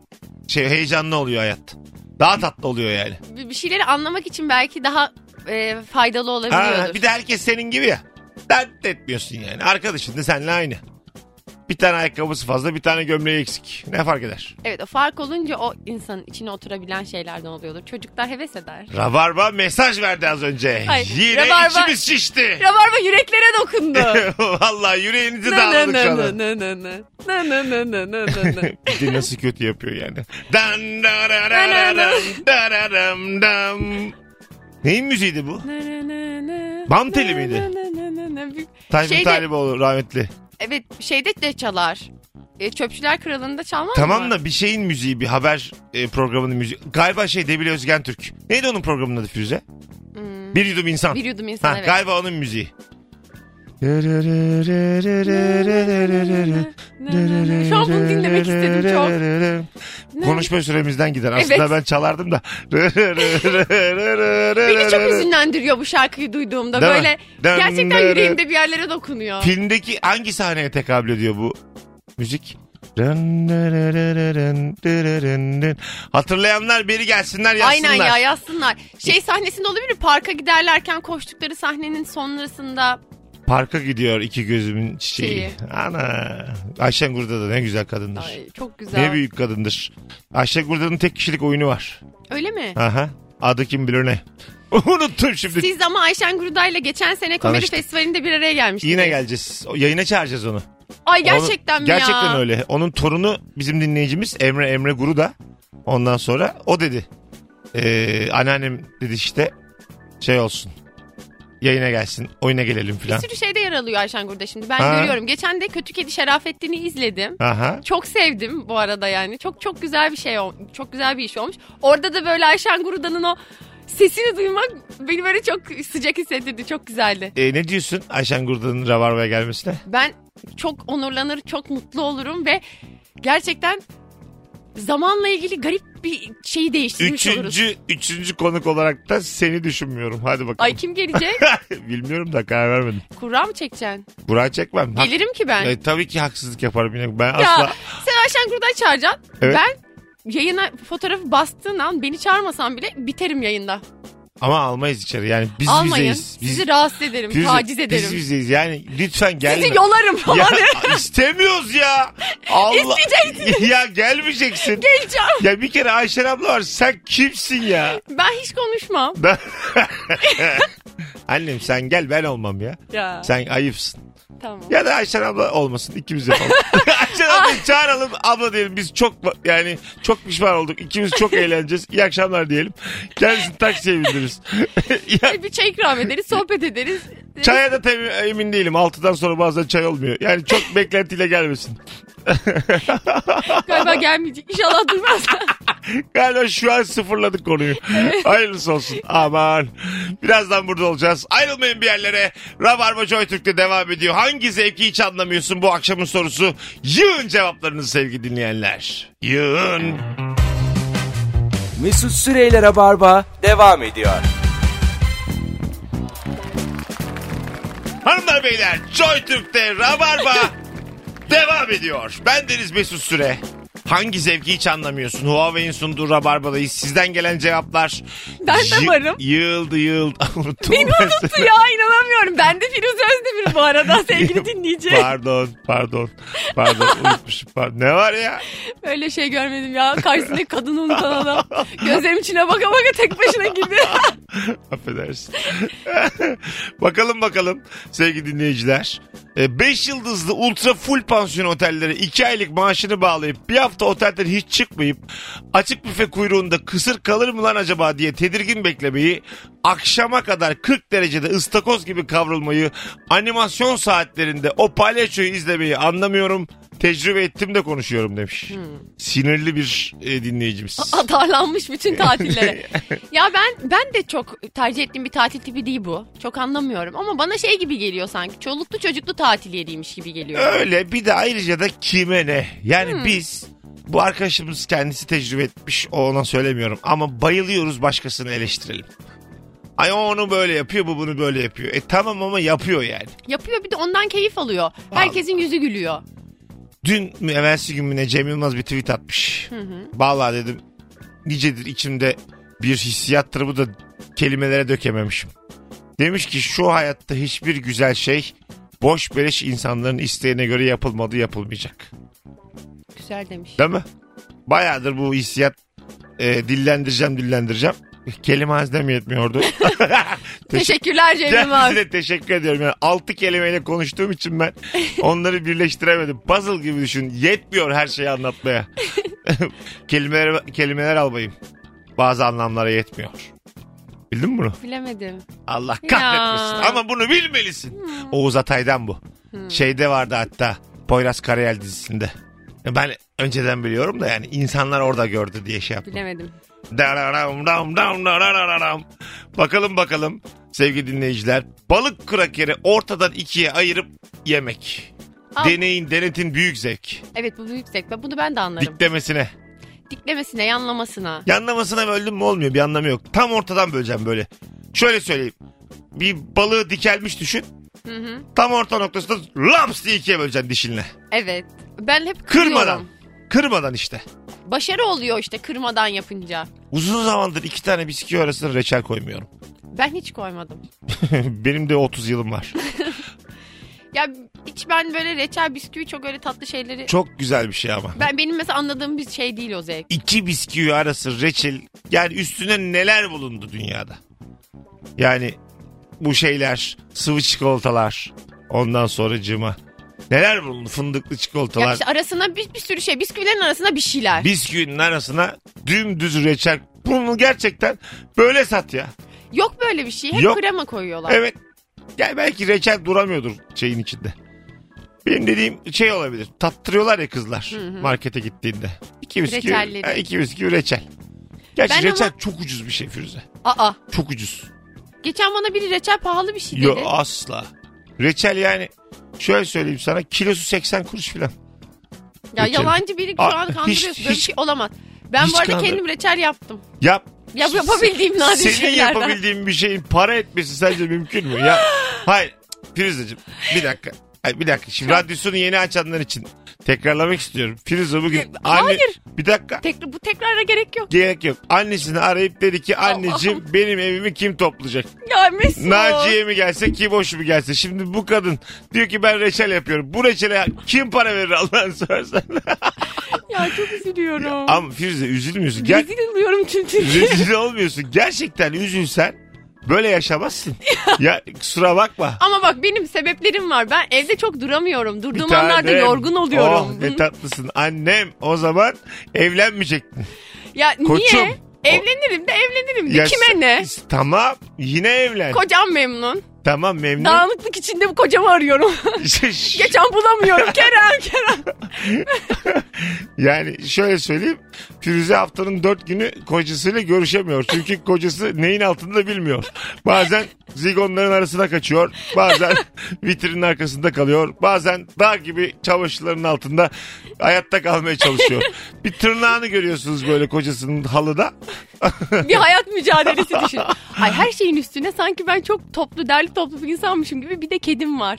[SPEAKER 2] şey heyecanlı oluyor hayat. Daha tatlı oluyor yani.
[SPEAKER 3] bir bir şeyleri anlamak için belki daha e, faydalı olabiliyordur.
[SPEAKER 2] Ha, bir de herkes senin gibi ya. Dert de etmiyorsun yani. Arkadaşın da seninle aynı. Bir tane ayakkabısı fazla bir tane gömleği eksik. Ne fark eder?
[SPEAKER 3] Evet o fark olunca o insanın içine oturabilen şeylerden oluyordur. Çocuklar heves eder.
[SPEAKER 2] Rabarba mesaj verdi az önce.
[SPEAKER 3] Ay,
[SPEAKER 2] Yine
[SPEAKER 3] Rabarba-
[SPEAKER 2] içimiz şişti.
[SPEAKER 3] Rabarba yüreklere dokundu.
[SPEAKER 2] Vallahi yüreğinizi
[SPEAKER 3] Nı nı
[SPEAKER 2] dağladık şu
[SPEAKER 3] nı
[SPEAKER 2] anda.
[SPEAKER 3] nı nı nı nı. Nı nı nı nı nı nı nı.
[SPEAKER 2] Bir de nasıl kötü yapıyor yani. Dan darararam, dararam dam. Neyin müziğiydi bu?
[SPEAKER 3] Nı nı nı nı.
[SPEAKER 2] Bam teli miydi? Tayfun
[SPEAKER 3] Şeyde-
[SPEAKER 2] Taliboğlu rahmetli.
[SPEAKER 3] Evet şeyde de çalar. E, Çöpçüler Kralı'nda çalmaz mı?
[SPEAKER 2] Tamam da bir şeyin müziği bir haber e, programının müziği. Galiba şey Debile Özgen Türk. Neydi onun programının adı Firuze? Bir yudum insan.
[SPEAKER 3] Hmm. Bir yudum insan
[SPEAKER 2] ha,
[SPEAKER 3] evet.
[SPEAKER 2] Galiba onun müziği.
[SPEAKER 3] Şu an bunu dinlemek istedim çok.
[SPEAKER 2] Konuşma süremizden gider. Aslında
[SPEAKER 3] Evet.
[SPEAKER 2] ben çalardım da.
[SPEAKER 3] Beni çok hüzünlendiriyor bu şarkıyı duyduğumda.
[SPEAKER 2] Değil mi?
[SPEAKER 3] Böyle
[SPEAKER 2] Dem-
[SPEAKER 3] gerçekten
[SPEAKER 2] dere-
[SPEAKER 3] yüreğimde bir yerlere dokunuyor.
[SPEAKER 2] Filmdeki hangi sahneye tekabül ediyor bu müzik? Hatırlayanlar biri gelsinler yazsınlar.
[SPEAKER 3] Aynen ya yazsınlar. Şey sahnesinde olabilir mi? Parka giderlerken koştukları sahnenin sonrasında
[SPEAKER 2] Parka gidiyor iki gözümün çiçeği.
[SPEAKER 3] Çiçeği.
[SPEAKER 2] Ana. Ayşen Gurda da ne güzel kadındır.
[SPEAKER 3] Ay, çok güzel.
[SPEAKER 2] ne büyük kadındır. Ayşen Gurda'nın tek kişilik oyunu var.
[SPEAKER 3] Öyle mi?
[SPEAKER 2] Aha. Adı kim bilir ne. Unuttum şimdi.
[SPEAKER 3] Siz ama Ayşen Gruday'la geçen sene komedi
[SPEAKER 2] Tanıştık.
[SPEAKER 3] festivalinde bir araya gelmiştiniz.
[SPEAKER 2] Yine geleceğiz. O- Yayına çağıracağız onu.
[SPEAKER 3] Ay gerçekten
[SPEAKER 2] Onu-
[SPEAKER 3] mi ya?
[SPEAKER 2] Gerçekten öyle. Onun torunu bizim dinleyicimiz Emre Emre Guru da. Ondan sonra o dedi. Ee, anneannem dedi işte şey olsun. Yayına gelsin. Oyuna gelelim
[SPEAKER 3] Bir
[SPEAKER 2] filan.
[SPEAKER 3] sürü şeyde yer alıyor Ayşen Gruday şimdi. Ben
[SPEAKER 2] Ha.
[SPEAKER 3] görüyorum. Geçen de Kötü Kedi Şerafettin'i izledim.
[SPEAKER 2] Aha.
[SPEAKER 3] Çok sevdim bu arada yani. Çok çok güzel bir şey ol- çok güzel bir iş olmuş. Orada da böyle Ayşen Gruda'nın o sesini duymak beni böyle çok sıcak hissettirdi. Çok güzeldi.
[SPEAKER 2] Ee, ne diyorsun Ayşen Gurda'nın Rabarba'ya gelmesine?
[SPEAKER 3] Ben çok onurlanır, çok mutlu olurum ve gerçekten zamanla ilgili garip bir şeyi değiştirmiş oluruz.
[SPEAKER 2] Üçüncü, üçüncü konuk olarak da seni düşünmüyorum. Hadi bakalım.
[SPEAKER 3] Ay kim gelecek?
[SPEAKER 2] Bilmiyorum da karar vermedim.
[SPEAKER 3] Kura mı çekeceksin?
[SPEAKER 2] Burak'ı çekmem. Hak-
[SPEAKER 3] Gelirim ki ben.
[SPEAKER 2] E, tabii ki haksızlık yaparım. yine. Ben
[SPEAKER 3] Ya
[SPEAKER 2] asla...
[SPEAKER 3] sen Ayşen Kurdan çağıracaksın.
[SPEAKER 2] Evet.
[SPEAKER 3] Ben yayına fotoğrafı bastığın an beni çağırmasan bile biterim yayında.
[SPEAKER 2] Ama almayız içeri. Yani biz
[SPEAKER 3] Almayın.
[SPEAKER 2] yüzeyiz. Biz,
[SPEAKER 3] Sizi rahatsız ederim,
[SPEAKER 2] Firuze,
[SPEAKER 3] taciz ederim.
[SPEAKER 2] Biz yüzeyiz. Yani lütfen gelme.
[SPEAKER 3] Sizi yolarım falan.
[SPEAKER 2] ya, istemiyoruz ya. Allah. ya gelmeyeceksin.
[SPEAKER 3] Geleceğim.
[SPEAKER 2] Ya bir kere Ayşen abla var. Sen kimsin ya?
[SPEAKER 3] Ben hiç konuşmam.
[SPEAKER 2] Ben... Annem sen gel ben olmam ya.
[SPEAKER 3] Ya.
[SPEAKER 2] Sen ayıpsın.
[SPEAKER 3] Tamam.
[SPEAKER 2] Ya da Ayşen abla olmasın. ikimiz yapalım. Ayşen
[SPEAKER 3] Ah.
[SPEAKER 2] abla çağıralım. Abla diyelim biz çok yani çok pişman olduk. İkimiz çok eğleneceğiz. İyi akşamlar diyelim. Kendisini taksiye bindiririz. ya,
[SPEAKER 3] Bir çay ikram ederiz, sohbet ederiz.
[SPEAKER 2] çaya da tabii emin değilim. Altıdan sonra bazen çay olmuyor. Yani çok beklentiyle gelmesin.
[SPEAKER 3] Galiba gelmeyecek. İnşallah duymaz.
[SPEAKER 2] Galiba şu an sıfırladık konuyu. Hayırlısı olsun. Aman. Birazdan burada olacağız. Ayrılmayın bir yerlere. Rabarba Joy Türk'te devam ediyor. Hangi zevki hiç anlamıyorsun bu akşamın sorusu? Yığın cevaplarınızı sevgili dinleyenler. Yığın.
[SPEAKER 1] Mesut Süreyler'e barba devam ediyor.
[SPEAKER 2] Hanımlar beyler Joy Türk'te Rabarba devam ediyor. Ben Deniz Mesut Süre. Hangi zevki hiç anlamıyorsun? Huawei'in sunduğu Rabarba'dayız. Sizden gelen cevaplar.
[SPEAKER 3] Ben de
[SPEAKER 2] Yı-
[SPEAKER 3] varım.
[SPEAKER 2] Yığıldı yığıldı. Unuttum
[SPEAKER 3] Beni
[SPEAKER 2] ben
[SPEAKER 3] unuttu ya inanamıyorum. Ben de Firuze Özdemir bu arada sevgili dinleyici.
[SPEAKER 2] Pardon, pardon, pardon unutmuşum. Pardon. Ne var ya?
[SPEAKER 3] Öyle şey görmedim ya. Karşısındaki kadını unutan adam. Gözlerim içine baka baka tek başına girdi.
[SPEAKER 2] Affedersin. bakalım bakalım sevgili dinleyiciler. 5 yıldızlı ultra full pansiyon otellere 2 aylık maaşını bağlayıp bir hafta otelden hiç çıkmayıp açık büfe kuyruğunda kısır kalır mı lan acaba diye tedirgin beklemeyi akşama kadar 40 derecede ıstakoz gibi kavrulmayı animasyon saatlerinde o palyaçoyu izlemeyi anlamıyorum. Tecrübe ettim de konuşuyorum demiş. Sinirli bir e, dinleyicimiz.
[SPEAKER 3] Atarlanmış bütün tatillere. ya ben ben de çok tercih ettiğim bir tatil tipi değil bu. Çok anlamıyorum ama bana şey gibi geliyor sanki. Çoluklu çocuklu tatil yeriymiş gibi geliyor.
[SPEAKER 2] Öyle bir de ayrıca da kime ne? Yani biz bu arkadaşımız kendisi tecrübe etmiş ona söylemiyorum ama bayılıyoruz başkasını eleştirelim. Ay o onu böyle yapıyor bu bunu böyle yapıyor. E tamam ama yapıyor yani.
[SPEAKER 3] Yapıyor bir de ondan keyif alıyor. Herkesin yüzü gülüyor.
[SPEAKER 2] Dün mü evvelsi gün mü ne Cem Yılmaz bir tweet atmış. Vallahi dedim nicedir içimde bir hissiyattır bu da kelimelere dökememişim. Demiş ki şu hayatta hiçbir güzel şey boş beleş insanların isteğine göre yapılmadı yapılmayacak.
[SPEAKER 3] Güzel demiş.
[SPEAKER 2] Değil mi? Bayağıdır bu hissiyat e, dillendireceğim dillendireceğim. Kelime haznem yetmiyordu.
[SPEAKER 3] Teşekkürler Cemil abi.
[SPEAKER 2] Kendisine teşekkür ediyorum. Yani altı kelimeyle konuştuğum için ben onları birleştiremedim. Puzzle gibi düşün. Yetmiyor her şeyi anlatmaya. kelimeler, kelimeler almayayım. Bazı anlamlara yetmiyor. Bildin mi bunu?
[SPEAKER 3] Bilemedim.
[SPEAKER 2] Allah kahretmesin.
[SPEAKER 3] Ya. Hmm.
[SPEAKER 2] Ama bunu bilmelisin. Oğuz Atay'dan bu. Şeyde vardı hatta. Poyraz Karayel dizisinde. Ben önceden biliyorum da yani insanlar orada gördü diye şey yaptım.
[SPEAKER 3] Bilemedim.
[SPEAKER 2] Dararam, ram, ram, darararam. Bakalım bakalım sevgili dinleyiciler. Balık krakeri ortadan ikiye ayırıp yemek.
[SPEAKER 3] Al.
[SPEAKER 2] Deneyin denetin büyük zevk.
[SPEAKER 3] Evet bu büyük zevk. Bunu ben de anlarım.
[SPEAKER 2] Diklemesine.
[SPEAKER 3] Diklemesine, yanlamasına.
[SPEAKER 2] Yanlamasına böldüm mü olmuyor bir anlamı yok. Tam ortadan böleceğim böyle. Şöyle söyleyeyim. Bir balığı dikelmiş düşün.
[SPEAKER 3] Hı hı.
[SPEAKER 2] Tam orta noktasında laps diye ikiye böleceksin dişinle.
[SPEAKER 3] Evet. Ben hep kırıyorum.
[SPEAKER 2] Kırmadan. Kırmadan işte.
[SPEAKER 3] Başarı oluyor işte kırmadan yapınca. Uzun
[SPEAKER 2] Uzun zamandır iki tane bisküvi arasına reçel koymuyorum.
[SPEAKER 3] Ben hiç koymadım.
[SPEAKER 2] Benim de 30 yılım var.
[SPEAKER 3] Ya hiç ben böyle reçel bisküvi çok öyle tatlı şeyleri...
[SPEAKER 2] Çok güzel bir şey ama.
[SPEAKER 3] Ben Benim mesela anladığım bir şey değil o zevk.
[SPEAKER 2] İki bisküvi arası reçel. Yani üstüne neler bulundu dünyada? Yani bu şeyler, sıvı çikolatalar, ondan sonra cıma. Neler bulundu? Fındıklı
[SPEAKER 3] Ya
[SPEAKER 2] çikolatalar.
[SPEAKER 3] işte arasına bir, bir sürü şey. Bisküvilerin arasına bir şeyler.
[SPEAKER 2] Bisküvinin arasına dümdüz reçel. Bunu gerçekten böyle sat ya.
[SPEAKER 3] Yok böyle bir şey. Hep
[SPEAKER 2] Yok.
[SPEAKER 3] krema koyuyorlar.
[SPEAKER 2] Evet. Yani belki reçel duramıyordur şeyin içinde. Benim dediğim şey olabilir. Tattırıyorlar ya kızlar markete gittiğinde. İki bisküvi,
[SPEAKER 3] Reçelleri.
[SPEAKER 2] ha, iki bisküvi reçel. Gerçi
[SPEAKER 3] Ben
[SPEAKER 2] reçel
[SPEAKER 3] ama-
[SPEAKER 2] çok ucuz bir şey Firuze.
[SPEAKER 3] Aa.
[SPEAKER 2] Çok ucuz.
[SPEAKER 3] Geçen bana biri reçel pahalı bir şey dedi.
[SPEAKER 2] Yo asla. Reçel yani şöyle söyleyeyim sana kilosu 80 kuruş filan.
[SPEAKER 3] ya
[SPEAKER 2] reçel.
[SPEAKER 3] yalan biri şu
[SPEAKER 2] Aa,
[SPEAKER 3] an
[SPEAKER 2] hiç-
[SPEAKER 3] kandırıyorsun. Böyle bir
[SPEAKER 2] hiç-
[SPEAKER 3] şey olamaz. Ben
[SPEAKER 2] hiç
[SPEAKER 3] bu arada
[SPEAKER 2] kandır-
[SPEAKER 3] kendim reçel yaptım.
[SPEAKER 2] Yap.
[SPEAKER 3] Ya bu yapabildiğim nadir
[SPEAKER 2] Senin
[SPEAKER 3] şeylerden.
[SPEAKER 2] yapabildiğin bir şeyin para etmesi sence mümkün mü? Ya hayır Firuzeciğim bir dakika. Hayır, bir dakika. Şimdi radyosunu yeni açanlar için tekrarlamak istiyorum. Firuze bugün anne...
[SPEAKER 3] hayır.
[SPEAKER 2] Bir dakika.
[SPEAKER 3] Tek, bu tekrara gerek yok.
[SPEAKER 2] Gerek yok. Annesini arayıp dedi ki anneciğim benim evimi kim toplayacak?
[SPEAKER 3] Ya Mesut.
[SPEAKER 2] Naciye mi gelse kim hoş mu gelse? Şimdi bu kadın diyor ki ben reçel yapıyorum. Bu reçele kim para verir Allah'ını sorarsan?
[SPEAKER 3] Ya çok üzülüyorum.
[SPEAKER 2] Ama Firuze üzülmüyorsun. Gel,
[SPEAKER 3] Rezil oluyorum çünkü.
[SPEAKER 2] rezil olmuyorsun. Gerçekten üzülsen böyle yaşamazsın. ya kusura bakma.
[SPEAKER 3] Ama bak benim sebeplerim var. Ben evde çok duramıyorum.
[SPEAKER 2] Bir
[SPEAKER 3] Durduğum anlarda
[SPEAKER 2] tanem.
[SPEAKER 3] yorgun oluyorum.
[SPEAKER 2] Oh ne tatlısın. Annem o zaman evlenmeyecektin.
[SPEAKER 3] ya
[SPEAKER 2] Koçum.
[SPEAKER 3] niye? Evlenirim de evlenirim de.
[SPEAKER 2] Ya sen-
[SPEAKER 3] Kime ne?
[SPEAKER 2] Tamam yine evlen.
[SPEAKER 3] Kocam memnun.
[SPEAKER 2] tamam memnun.
[SPEAKER 3] Dağınıklık içinde bu kocamı arıyorum. Geçen bulamıyorum. Kerem Kerem.
[SPEAKER 2] Yani şöyle söyleyeyim. Firuze haftanın dört günü kocasıyla görüşemiyor. Çünkü kocası neyin altında da bilmiyor. Bazen zigonların arasına kaçıyor. Bazen vitrinin arkasında kalıyor. Bazen dağ gibi çamaşırların altında hayatta kalmaya çalışıyor. Bir tırnağını görüyorsunuz böyle kocasının halıda.
[SPEAKER 3] Bir hayat mücadelesi düşün. Ay her şeyin üstüne sanki ben çok toplu derli toplu bir insanmışım gibi bir de kedim var.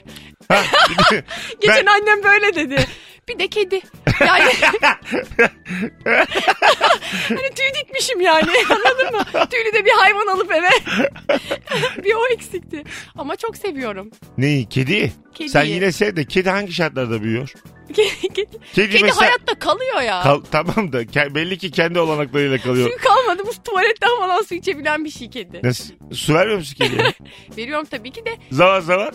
[SPEAKER 2] Ha, bir de-
[SPEAKER 3] Geçen annem böyle dedi. Bir de kedi. Yani hani tüy dikmişim yani anladın mı? Tüylü de bir hayvan alıp eve. bir o eksikti. Ama çok seviyorum.
[SPEAKER 2] Neyi? Kedi.
[SPEAKER 3] Kediyi.
[SPEAKER 2] Sen yine sev de kedi hangi şartlarda büyüyor?
[SPEAKER 3] Kedi, kedi
[SPEAKER 2] Kedi, mesela...
[SPEAKER 3] hayatta kalıyor ya.
[SPEAKER 2] Kal- tamam da ke- belli ki kendi olanaklarıyla kalıyor.
[SPEAKER 3] Suyu kalmadı. Bu tuvaletten falan su içebilen bir şey kedi.
[SPEAKER 2] Nasıl? Su vermiyor musun kediye?
[SPEAKER 3] Veriyorum tabii ki de
[SPEAKER 2] zaman zaman.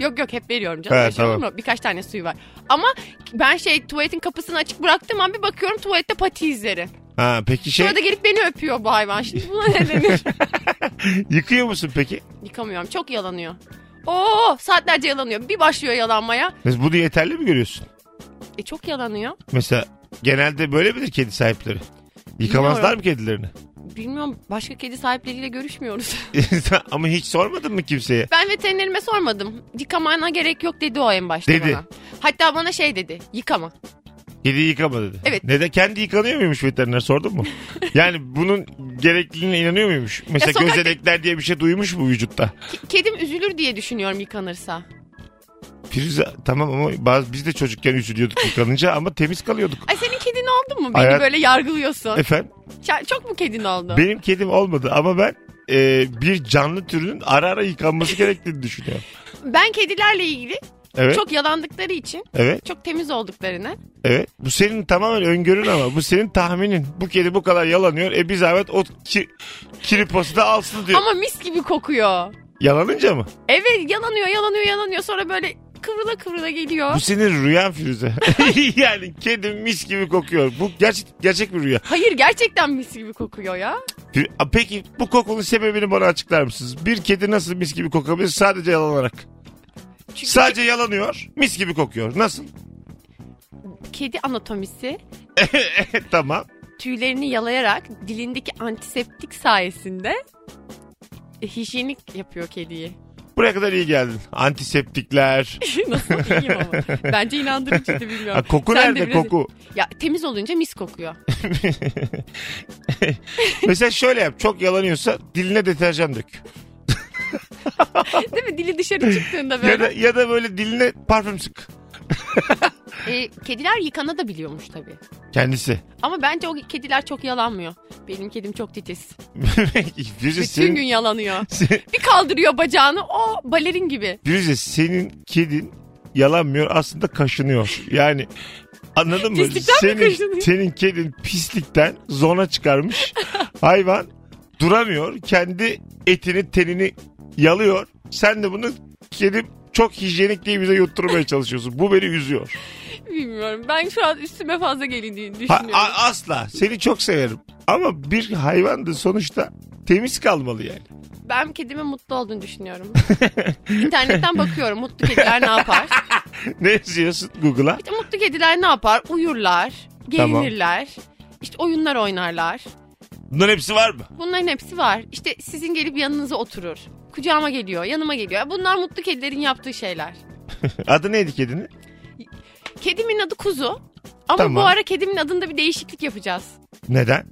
[SPEAKER 3] Yok yok hep veriyorum canım.
[SPEAKER 2] He,
[SPEAKER 3] Öyle şey olur
[SPEAKER 2] tamam.
[SPEAKER 3] mu? Birkaç tane suyu var. Ama ben şey tuvaletin kapısını açık bıraktığım an bir bakıyorum tuvalette pati izleri.
[SPEAKER 2] Ha peki şey
[SPEAKER 3] Sonra da gelip beni öpüyor bu hayvan. Şimdi buna ne denir?
[SPEAKER 2] yıkıyor musun peki?
[SPEAKER 3] Yıkamıyorum. Çok yalanıyor. Oo saatlerce yalanıyor. Bir başlıyor yalanmaya.
[SPEAKER 2] Mesela bunu yeterli mi görüyorsun?
[SPEAKER 3] E çok yalanıyor.
[SPEAKER 2] Mesela genelde böyle midir kedi sahipleri? Yıkamazlar mı kedilerini?
[SPEAKER 3] Bilmiyorum başka kedi sahipleriyle görüşmüyoruz.
[SPEAKER 2] Ama hiç sormadın mı kimseye?
[SPEAKER 3] ben veterinerime sormadım. Yıkamana gerek yok dedi o en başta
[SPEAKER 2] Dedi.
[SPEAKER 3] bana. Hatta bana şey dedi. Yıkama.
[SPEAKER 2] Kedi yıkama dedi.
[SPEAKER 3] Evet.
[SPEAKER 2] Neden kendi yıkanıyor muymuş veteriner sordun mu? yani bunun gerekliliğine inanıyor muymuş? Mesela
[SPEAKER 3] Ya sokak-
[SPEAKER 2] gözenekler diye bir şey duymuş mu vücutta?
[SPEAKER 3] Ki- Kedim üzülür diye düşünüyorum yıkanırsa.
[SPEAKER 2] Firuze tamam ama bazı, biz de çocukken üzülüyorduk yıkanınca ama temiz kalıyorduk.
[SPEAKER 3] Ay senin kedin oldu mu? Beni
[SPEAKER 2] Hayat- E-
[SPEAKER 3] böyle yargılıyorsun.
[SPEAKER 2] Efendim?
[SPEAKER 3] Ç- Çok mu kedin oldu?
[SPEAKER 2] Benim kedim olmadı ama ben e, bir canlı türünün ara ara yıkanması gerektiğini düşünüyorum.
[SPEAKER 3] Ben kedilerle ilgili
[SPEAKER 2] Evet.
[SPEAKER 3] çok yalandıkları için
[SPEAKER 2] Evet.
[SPEAKER 3] çok temiz olduklarını.
[SPEAKER 2] Evet. Bu senin tamamen öngörün ama. Bu senin tahminin. Bu kedi bu kadar yalanıyor. E bir zahmet o ki, kiripası da alsın diyor.
[SPEAKER 3] Ama mis gibi kokuyor.
[SPEAKER 2] Yalanınca mı?
[SPEAKER 3] Evet yalanıyor yalanıyor yalanıyor sonra böyle kıvrıla kıvrıla geliyor.
[SPEAKER 2] Bu senin rüyan Firuze. yani kedim mis gibi kokuyor. Bu gerçek, gerçek bir rüya.
[SPEAKER 3] Hayır gerçekten mis gibi kokuyor ya.
[SPEAKER 2] Fir- A, Peki bu kokunun sebebini bana açıklar mısınız? Bir kedi nasıl mis gibi kokabilir sadece yalanarak?
[SPEAKER 3] Çünkü
[SPEAKER 2] Sadece yalanıyor, mis gibi kokuyor. Nasıl?
[SPEAKER 3] kedi anatomisi
[SPEAKER 2] E, tamam.
[SPEAKER 3] tüylerini yalayarak dilindeki antiseptik sayesinde e, hijyenik yapıyor kediyi.
[SPEAKER 2] Buraya kadar iyi geldin. Antiseptikler.
[SPEAKER 3] Nasıl iyiyim ama. Bence inandırıcıydı
[SPEAKER 2] Ha,
[SPEAKER 3] bilmiyorum.
[SPEAKER 2] koku
[SPEAKER 3] Sen de
[SPEAKER 2] nerede
[SPEAKER 3] biraz-
[SPEAKER 2] koku?
[SPEAKER 3] Ya temiz olunca mis kokuyor.
[SPEAKER 2] Mesela şöyle yap. Çok yalanıyorsa diline deterjan dök.
[SPEAKER 3] Değil mi? Dili dışarı çıktığında
[SPEAKER 2] Ya
[SPEAKER 3] böyle.
[SPEAKER 2] da, ya da böyle diline parfüm sık.
[SPEAKER 3] E, kediler yıkana da biliyormuş tabii.
[SPEAKER 2] Kendisi.
[SPEAKER 3] Ama bence o kediler çok yalanmıyor. Benim kedim çok titiz.
[SPEAKER 2] Firuze
[SPEAKER 3] Bütün gün
[SPEAKER 2] senin,
[SPEAKER 3] yalanıyor.
[SPEAKER 2] se-
[SPEAKER 3] Bir kaldırıyor bacağını o balerin gibi.
[SPEAKER 2] Firuze senin kedin yalanmıyor aslında kaşınıyor. Yani anladın mı?
[SPEAKER 3] Pislikten mi
[SPEAKER 2] senin,
[SPEAKER 3] kaşınıyor?
[SPEAKER 2] senin kedin pislikten zona çıkarmış. Hayvan duramıyor. Kendi etini tenini yalıyor. Sen de bunu kedim çok hijyenik diye bize yutturmaya çalışıyorsun. Bu beni üzüyor.
[SPEAKER 3] Bilmiyorum. Ben şu an üstüme fazla gelindiğini
[SPEAKER 2] Ha-
[SPEAKER 3] düşünüyorum.
[SPEAKER 2] a- asla. Seni çok severim. Ama bir hayvan da sonuçta temiz kalmalı yani.
[SPEAKER 3] Ben kedimin mutlu olduğunu düşünüyorum. İnternetten bakıyorum mutlu kediler ne yapar?
[SPEAKER 2] ne yazıyorsun Google'a?
[SPEAKER 3] İşte mutlu kediler ne yapar? Uyurlar, gelinirler, işte oyunlar oynarlar.
[SPEAKER 2] Bunların hepsi var mı?
[SPEAKER 3] Bunların hepsi var. İşte sizin gelip yanınıza oturur. Kucağıma geliyor, yanıma geliyor. Bunlar mutlu kedilerin yaptığı şeyler.
[SPEAKER 2] Adı neydi kedinin?
[SPEAKER 3] Kedimin adı Kuzu. Ama
[SPEAKER 2] Tamam.
[SPEAKER 3] bu ara kedimin adında bir değişiklik yapacağız.
[SPEAKER 2] Neden?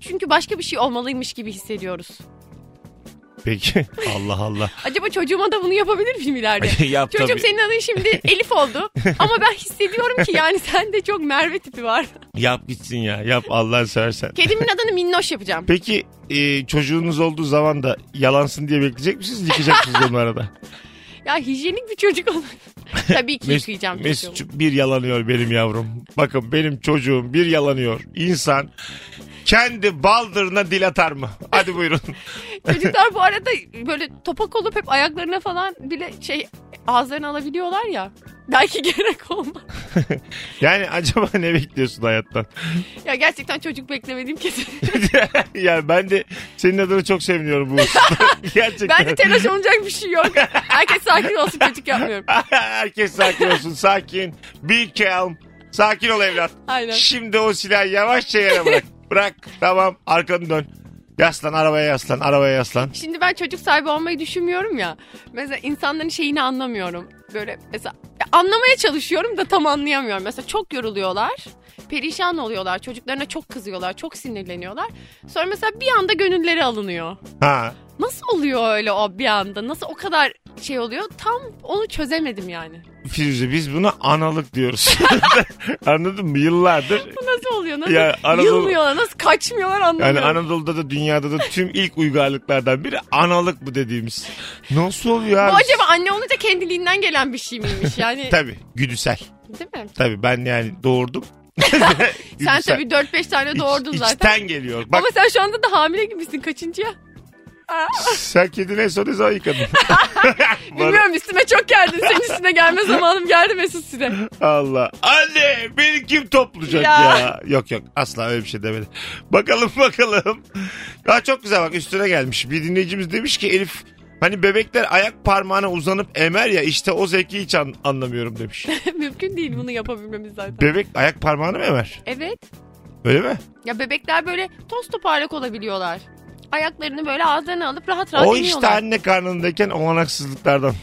[SPEAKER 3] Çünkü başka bir şey olmalıymış gibi hissediyoruz.
[SPEAKER 2] Peki. Allah Allah.
[SPEAKER 3] Acaba çocuğuma da bunu yapabilir miyim ileride?
[SPEAKER 2] Yap
[SPEAKER 3] Çocuğum
[SPEAKER 2] tabii.
[SPEAKER 3] senin adın şimdi Elif oldu. Ama ben hissediyorum ki yani sende çok Merve tipi var.
[SPEAKER 2] Yap gitsin ya. Yap Allah'ını seversen.
[SPEAKER 3] Kedimin adını Minnoş yapacağım.
[SPEAKER 2] Peki e, çocuğunuz olduğu zaman da yalansın diye bekleyecek misiniz? Yıkayacak mısınız onu arada?
[SPEAKER 3] Ya hijyenik bir çocuk olur. Tabii ki
[SPEAKER 2] Mes-
[SPEAKER 3] yıkayacağım çocuğumu.
[SPEAKER 2] Mesut'cum bir yalanıyor benim yavrum. Bakın benim çocuğum bir yalanıyor. İnsan kendi baldırına dil atar mı? Hadi buyurun.
[SPEAKER 3] E, Çocuklar bu arada böyle topak olup hep ayaklarına falan bile şey ağızlarına alabiliyorlar ya. Belki gerek olmaz.
[SPEAKER 2] Yani acaba ne bekliyorsun hayattan?
[SPEAKER 3] Ya gerçekten çocuk beklemedim kesin.
[SPEAKER 2] yani ben de senin adını çok seviniyorum bu hususta. Gerçekten.
[SPEAKER 3] Bence telaş olacak bir şey yok. Herkes sakin olsun çocuk yapmıyorum.
[SPEAKER 2] Herkes sakin olsun. Sakin. Be calm. Sakin ol evlat.
[SPEAKER 3] Aynen.
[SPEAKER 2] Şimdi o silahı yavaşça yere bırak. bırak. Tamam. Arkanı dön. Yaslan arabaya yaslan. Arabaya yaslan.
[SPEAKER 3] Şimdi ben çocuk sahibi olmayı düşünmüyorum ya. Mesela insanların şeyini anlamıyorum. Böyle mesela ya anlamaya çalışıyorum da tam anlayamıyorum. Mesela çok yoruluyorlar. Perişan oluyorlar. Çocuklarına çok kızıyorlar. Çok sinirleniyorlar. Sonra mesela bir anda gönülleri alınıyor.
[SPEAKER 2] Ha.
[SPEAKER 3] Nasıl oluyor öyle o bir anda? Nasıl o kadar şey oluyor? Tam onu çözemedim yani.
[SPEAKER 2] Firuze biz buna analık diyoruz. Anladın mı? Yıllardır.
[SPEAKER 3] Nasıl oluyor? Nasıl
[SPEAKER 2] Ya Anadolu-
[SPEAKER 3] yılmıyorlar? Nasıl kaçmıyorlar anlamıyorum.
[SPEAKER 2] Yani Anadolu'da da dünyada da tüm ilk uygarlıklardan biri analık bu dediğimiz. Nasıl oluyor
[SPEAKER 3] Bu
[SPEAKER 2] abi?
[SPEAKER 3] acaba anne olunca kendiliğinden gelen bir şey miymiş? Yani
[SPEAKER 2] Tabii. Güdüsel.
[SPEAKER 3] değil mi?
[SPEAKER 2] Tabii ben yani doğurdum.
[SPEAKER 3] Sen
[SPEAKER 2] Güdüsel.
[SPEAKER 3] tabii 4-5 tane doğurdun
[SPEAKER 2] şey. İç-
[SPEAKER 3] zaten.
[SPEAKER 2] İçten geliyor. Bak
[SPEAKER 3] Ama sen şu anda da hamile gibisin kaçıncıya?
[SPEAKER 2] sen kedini en son ne zaman yıkadın? Bana-
[SPEAKER 3] Bilmiyorum üstüme çok geldin. Senin üstüne gelme zamanım geldi Mesut size.
[SPEAKER 2] Allah. Anne beni kim toplayacak ya.
[SPEAKER 3] Ya.
[SPEAKER 2] Yok yok asla öyle bir şey demedi. Bakalım bakalım. Daha çok güzel bak üstüne gelmiş. Bir dinleyicimiz demiş ki Elif hani bebekler ayak parmağına uzanıp emer ya işte o zevki hiç an- anlamıyorum demiş.
[SPEAKER 3] Mümkün değil bunu yapabilmemiz zaten.
[SPEAKER 2] Bebek ayak parmağını mı emer?
[SPEAKER 3] evet.
[SPEAKER 2] Öyle mi?
[SPEAKER 3] Ya bebekler böyle toz toparlak olabiliyorlar. Ayaklarını böyle ağızlarına alıp rahat rahat
[SPEAKER 2] o
[SPEAKER 3] iniyorlar.
[SPEAKER 2] işte anne karnındayken olanaksızlıklardan.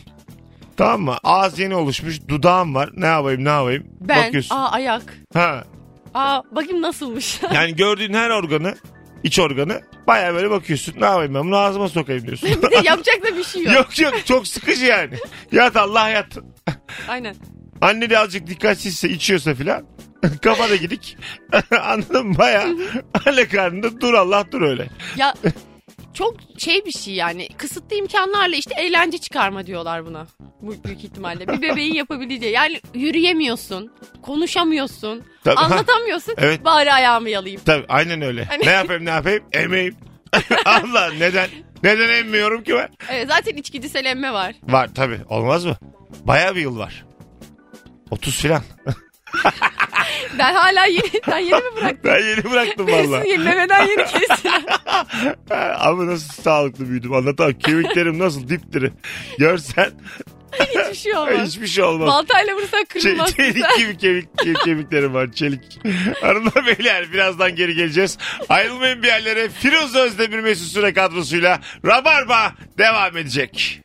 [SPEAKER 2] Tamam mı? Ağız yeni oluşmuş. Dudağım var. Ne yapayım ne yapayım?
[SPEAKER 3] Ben,
[SPEAKER 2] Bakıyorsun.
[SPEAKER 3] aa ayak.
[SPEAKER 2] Ha.
[SPEAKER 3] Aa bakayım nasılmış.
[SPEAKER 2] Yani gördüğün her organı, iç organı baya böyle bakıyorsun. Ne yapayım ben bunu ağzıma sokayım diyorsun.
[SPEAKER 3] bir de yapacak da bir şey yok.
[SPEAKER 2] yok yok çok sıkıcı yani. Yat Allah yat.
[SPEAKER 3] Aynen.
[SPEAKER 2] Anne de azıcık dikkatsizse içiyorsa filan. Kafa da gidik. Anladın mı? Baya anne karnında dur Allah dur öyle.
[SPEAKER 3] Ya çok şey bir şey yani kısıtlı imkanlarla işte eğlence çıkarma diyorlar buna Bu büyük ihtimalle bir bebeğin yapabileceği yani yürüyemiyorsun konuşamıyorsun
[SPEAKER 2] Tabii.
[SPEAKER 3] anlatamıyorsun
[SPEAKER 2] Evet.
[SPEAKER 3] bari ayağımı yalayayım
[SPEAKER 2] Tabii aynen öyle.
[SPEAKER 3] Hani-
[SPEAKER 2] Ne yapayım ne yapayım? Emeyim. Allah neden? Neden emmiyorum ki ben?
[SPEAKER 3] Evet, zaten içgüdüsel emme var
[SPEAKER 2] Var tabii olmaz mı? Baya bir yıl var. 30 filan.
[SPEAKER 3] Ben hala yeni, sen yeni mi bıraktın?
[SPEAKER 2] Ben yeni bıraktım valla.
[SPEAKER 3] Birisini yenilemeden yeni kesin.
[SPEAKER 2] Ama nasıl sağlıklı büyüdüm anlatamam. Kemiklerim nasıl dipdiri. Görsen
[SPEAKER 3] Hiçbir şey olmaz. Şey,
[SPEAKER 2] hiçbir şey olmaz.
[SPEAKER 3] Baltayla vursan
[SPEAKER 2] Çe-
[SPEAKER 3] kırılmaz.
[SPEAKER 2] çelik gibi kemik, ke- kemiklerim var çelik. Hanımlar beyler birazdan geri geleceğiz. Ayrılmayın bir yerlere. Firuze Özdemir Mesut Süre kadrosuyla Rabarba devam edecek.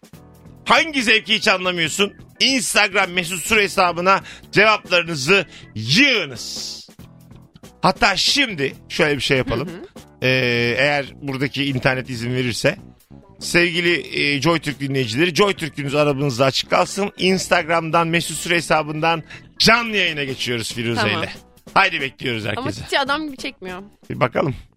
[SPEAKER 2] Hangi zevki hiç anlamıyorsun? Instagram Mesut Süre hesabına cevaplarınızı yığınız. Hatta şimdi şöyle bir şey yapalım. Ee, eğer buradaki internet izin verirse sevgili e, JoyTürk dinleyicileri JoyTürk'ünüz arabanızda açık kalsın. Instagram'dan Mesut Süre hesabından canlı yayına geçiyoruz Firuze
[SPEAKER 3] Tamam.
[SPEAKER 2] ile. Haydi bekliyoruz
[SPEAKER 3] Ama
[SPEAKER 2] herkese.
[SPEAKER 3] hiç adam gibi çekmiyor.
[SPEAKER 2] Bir bakalım.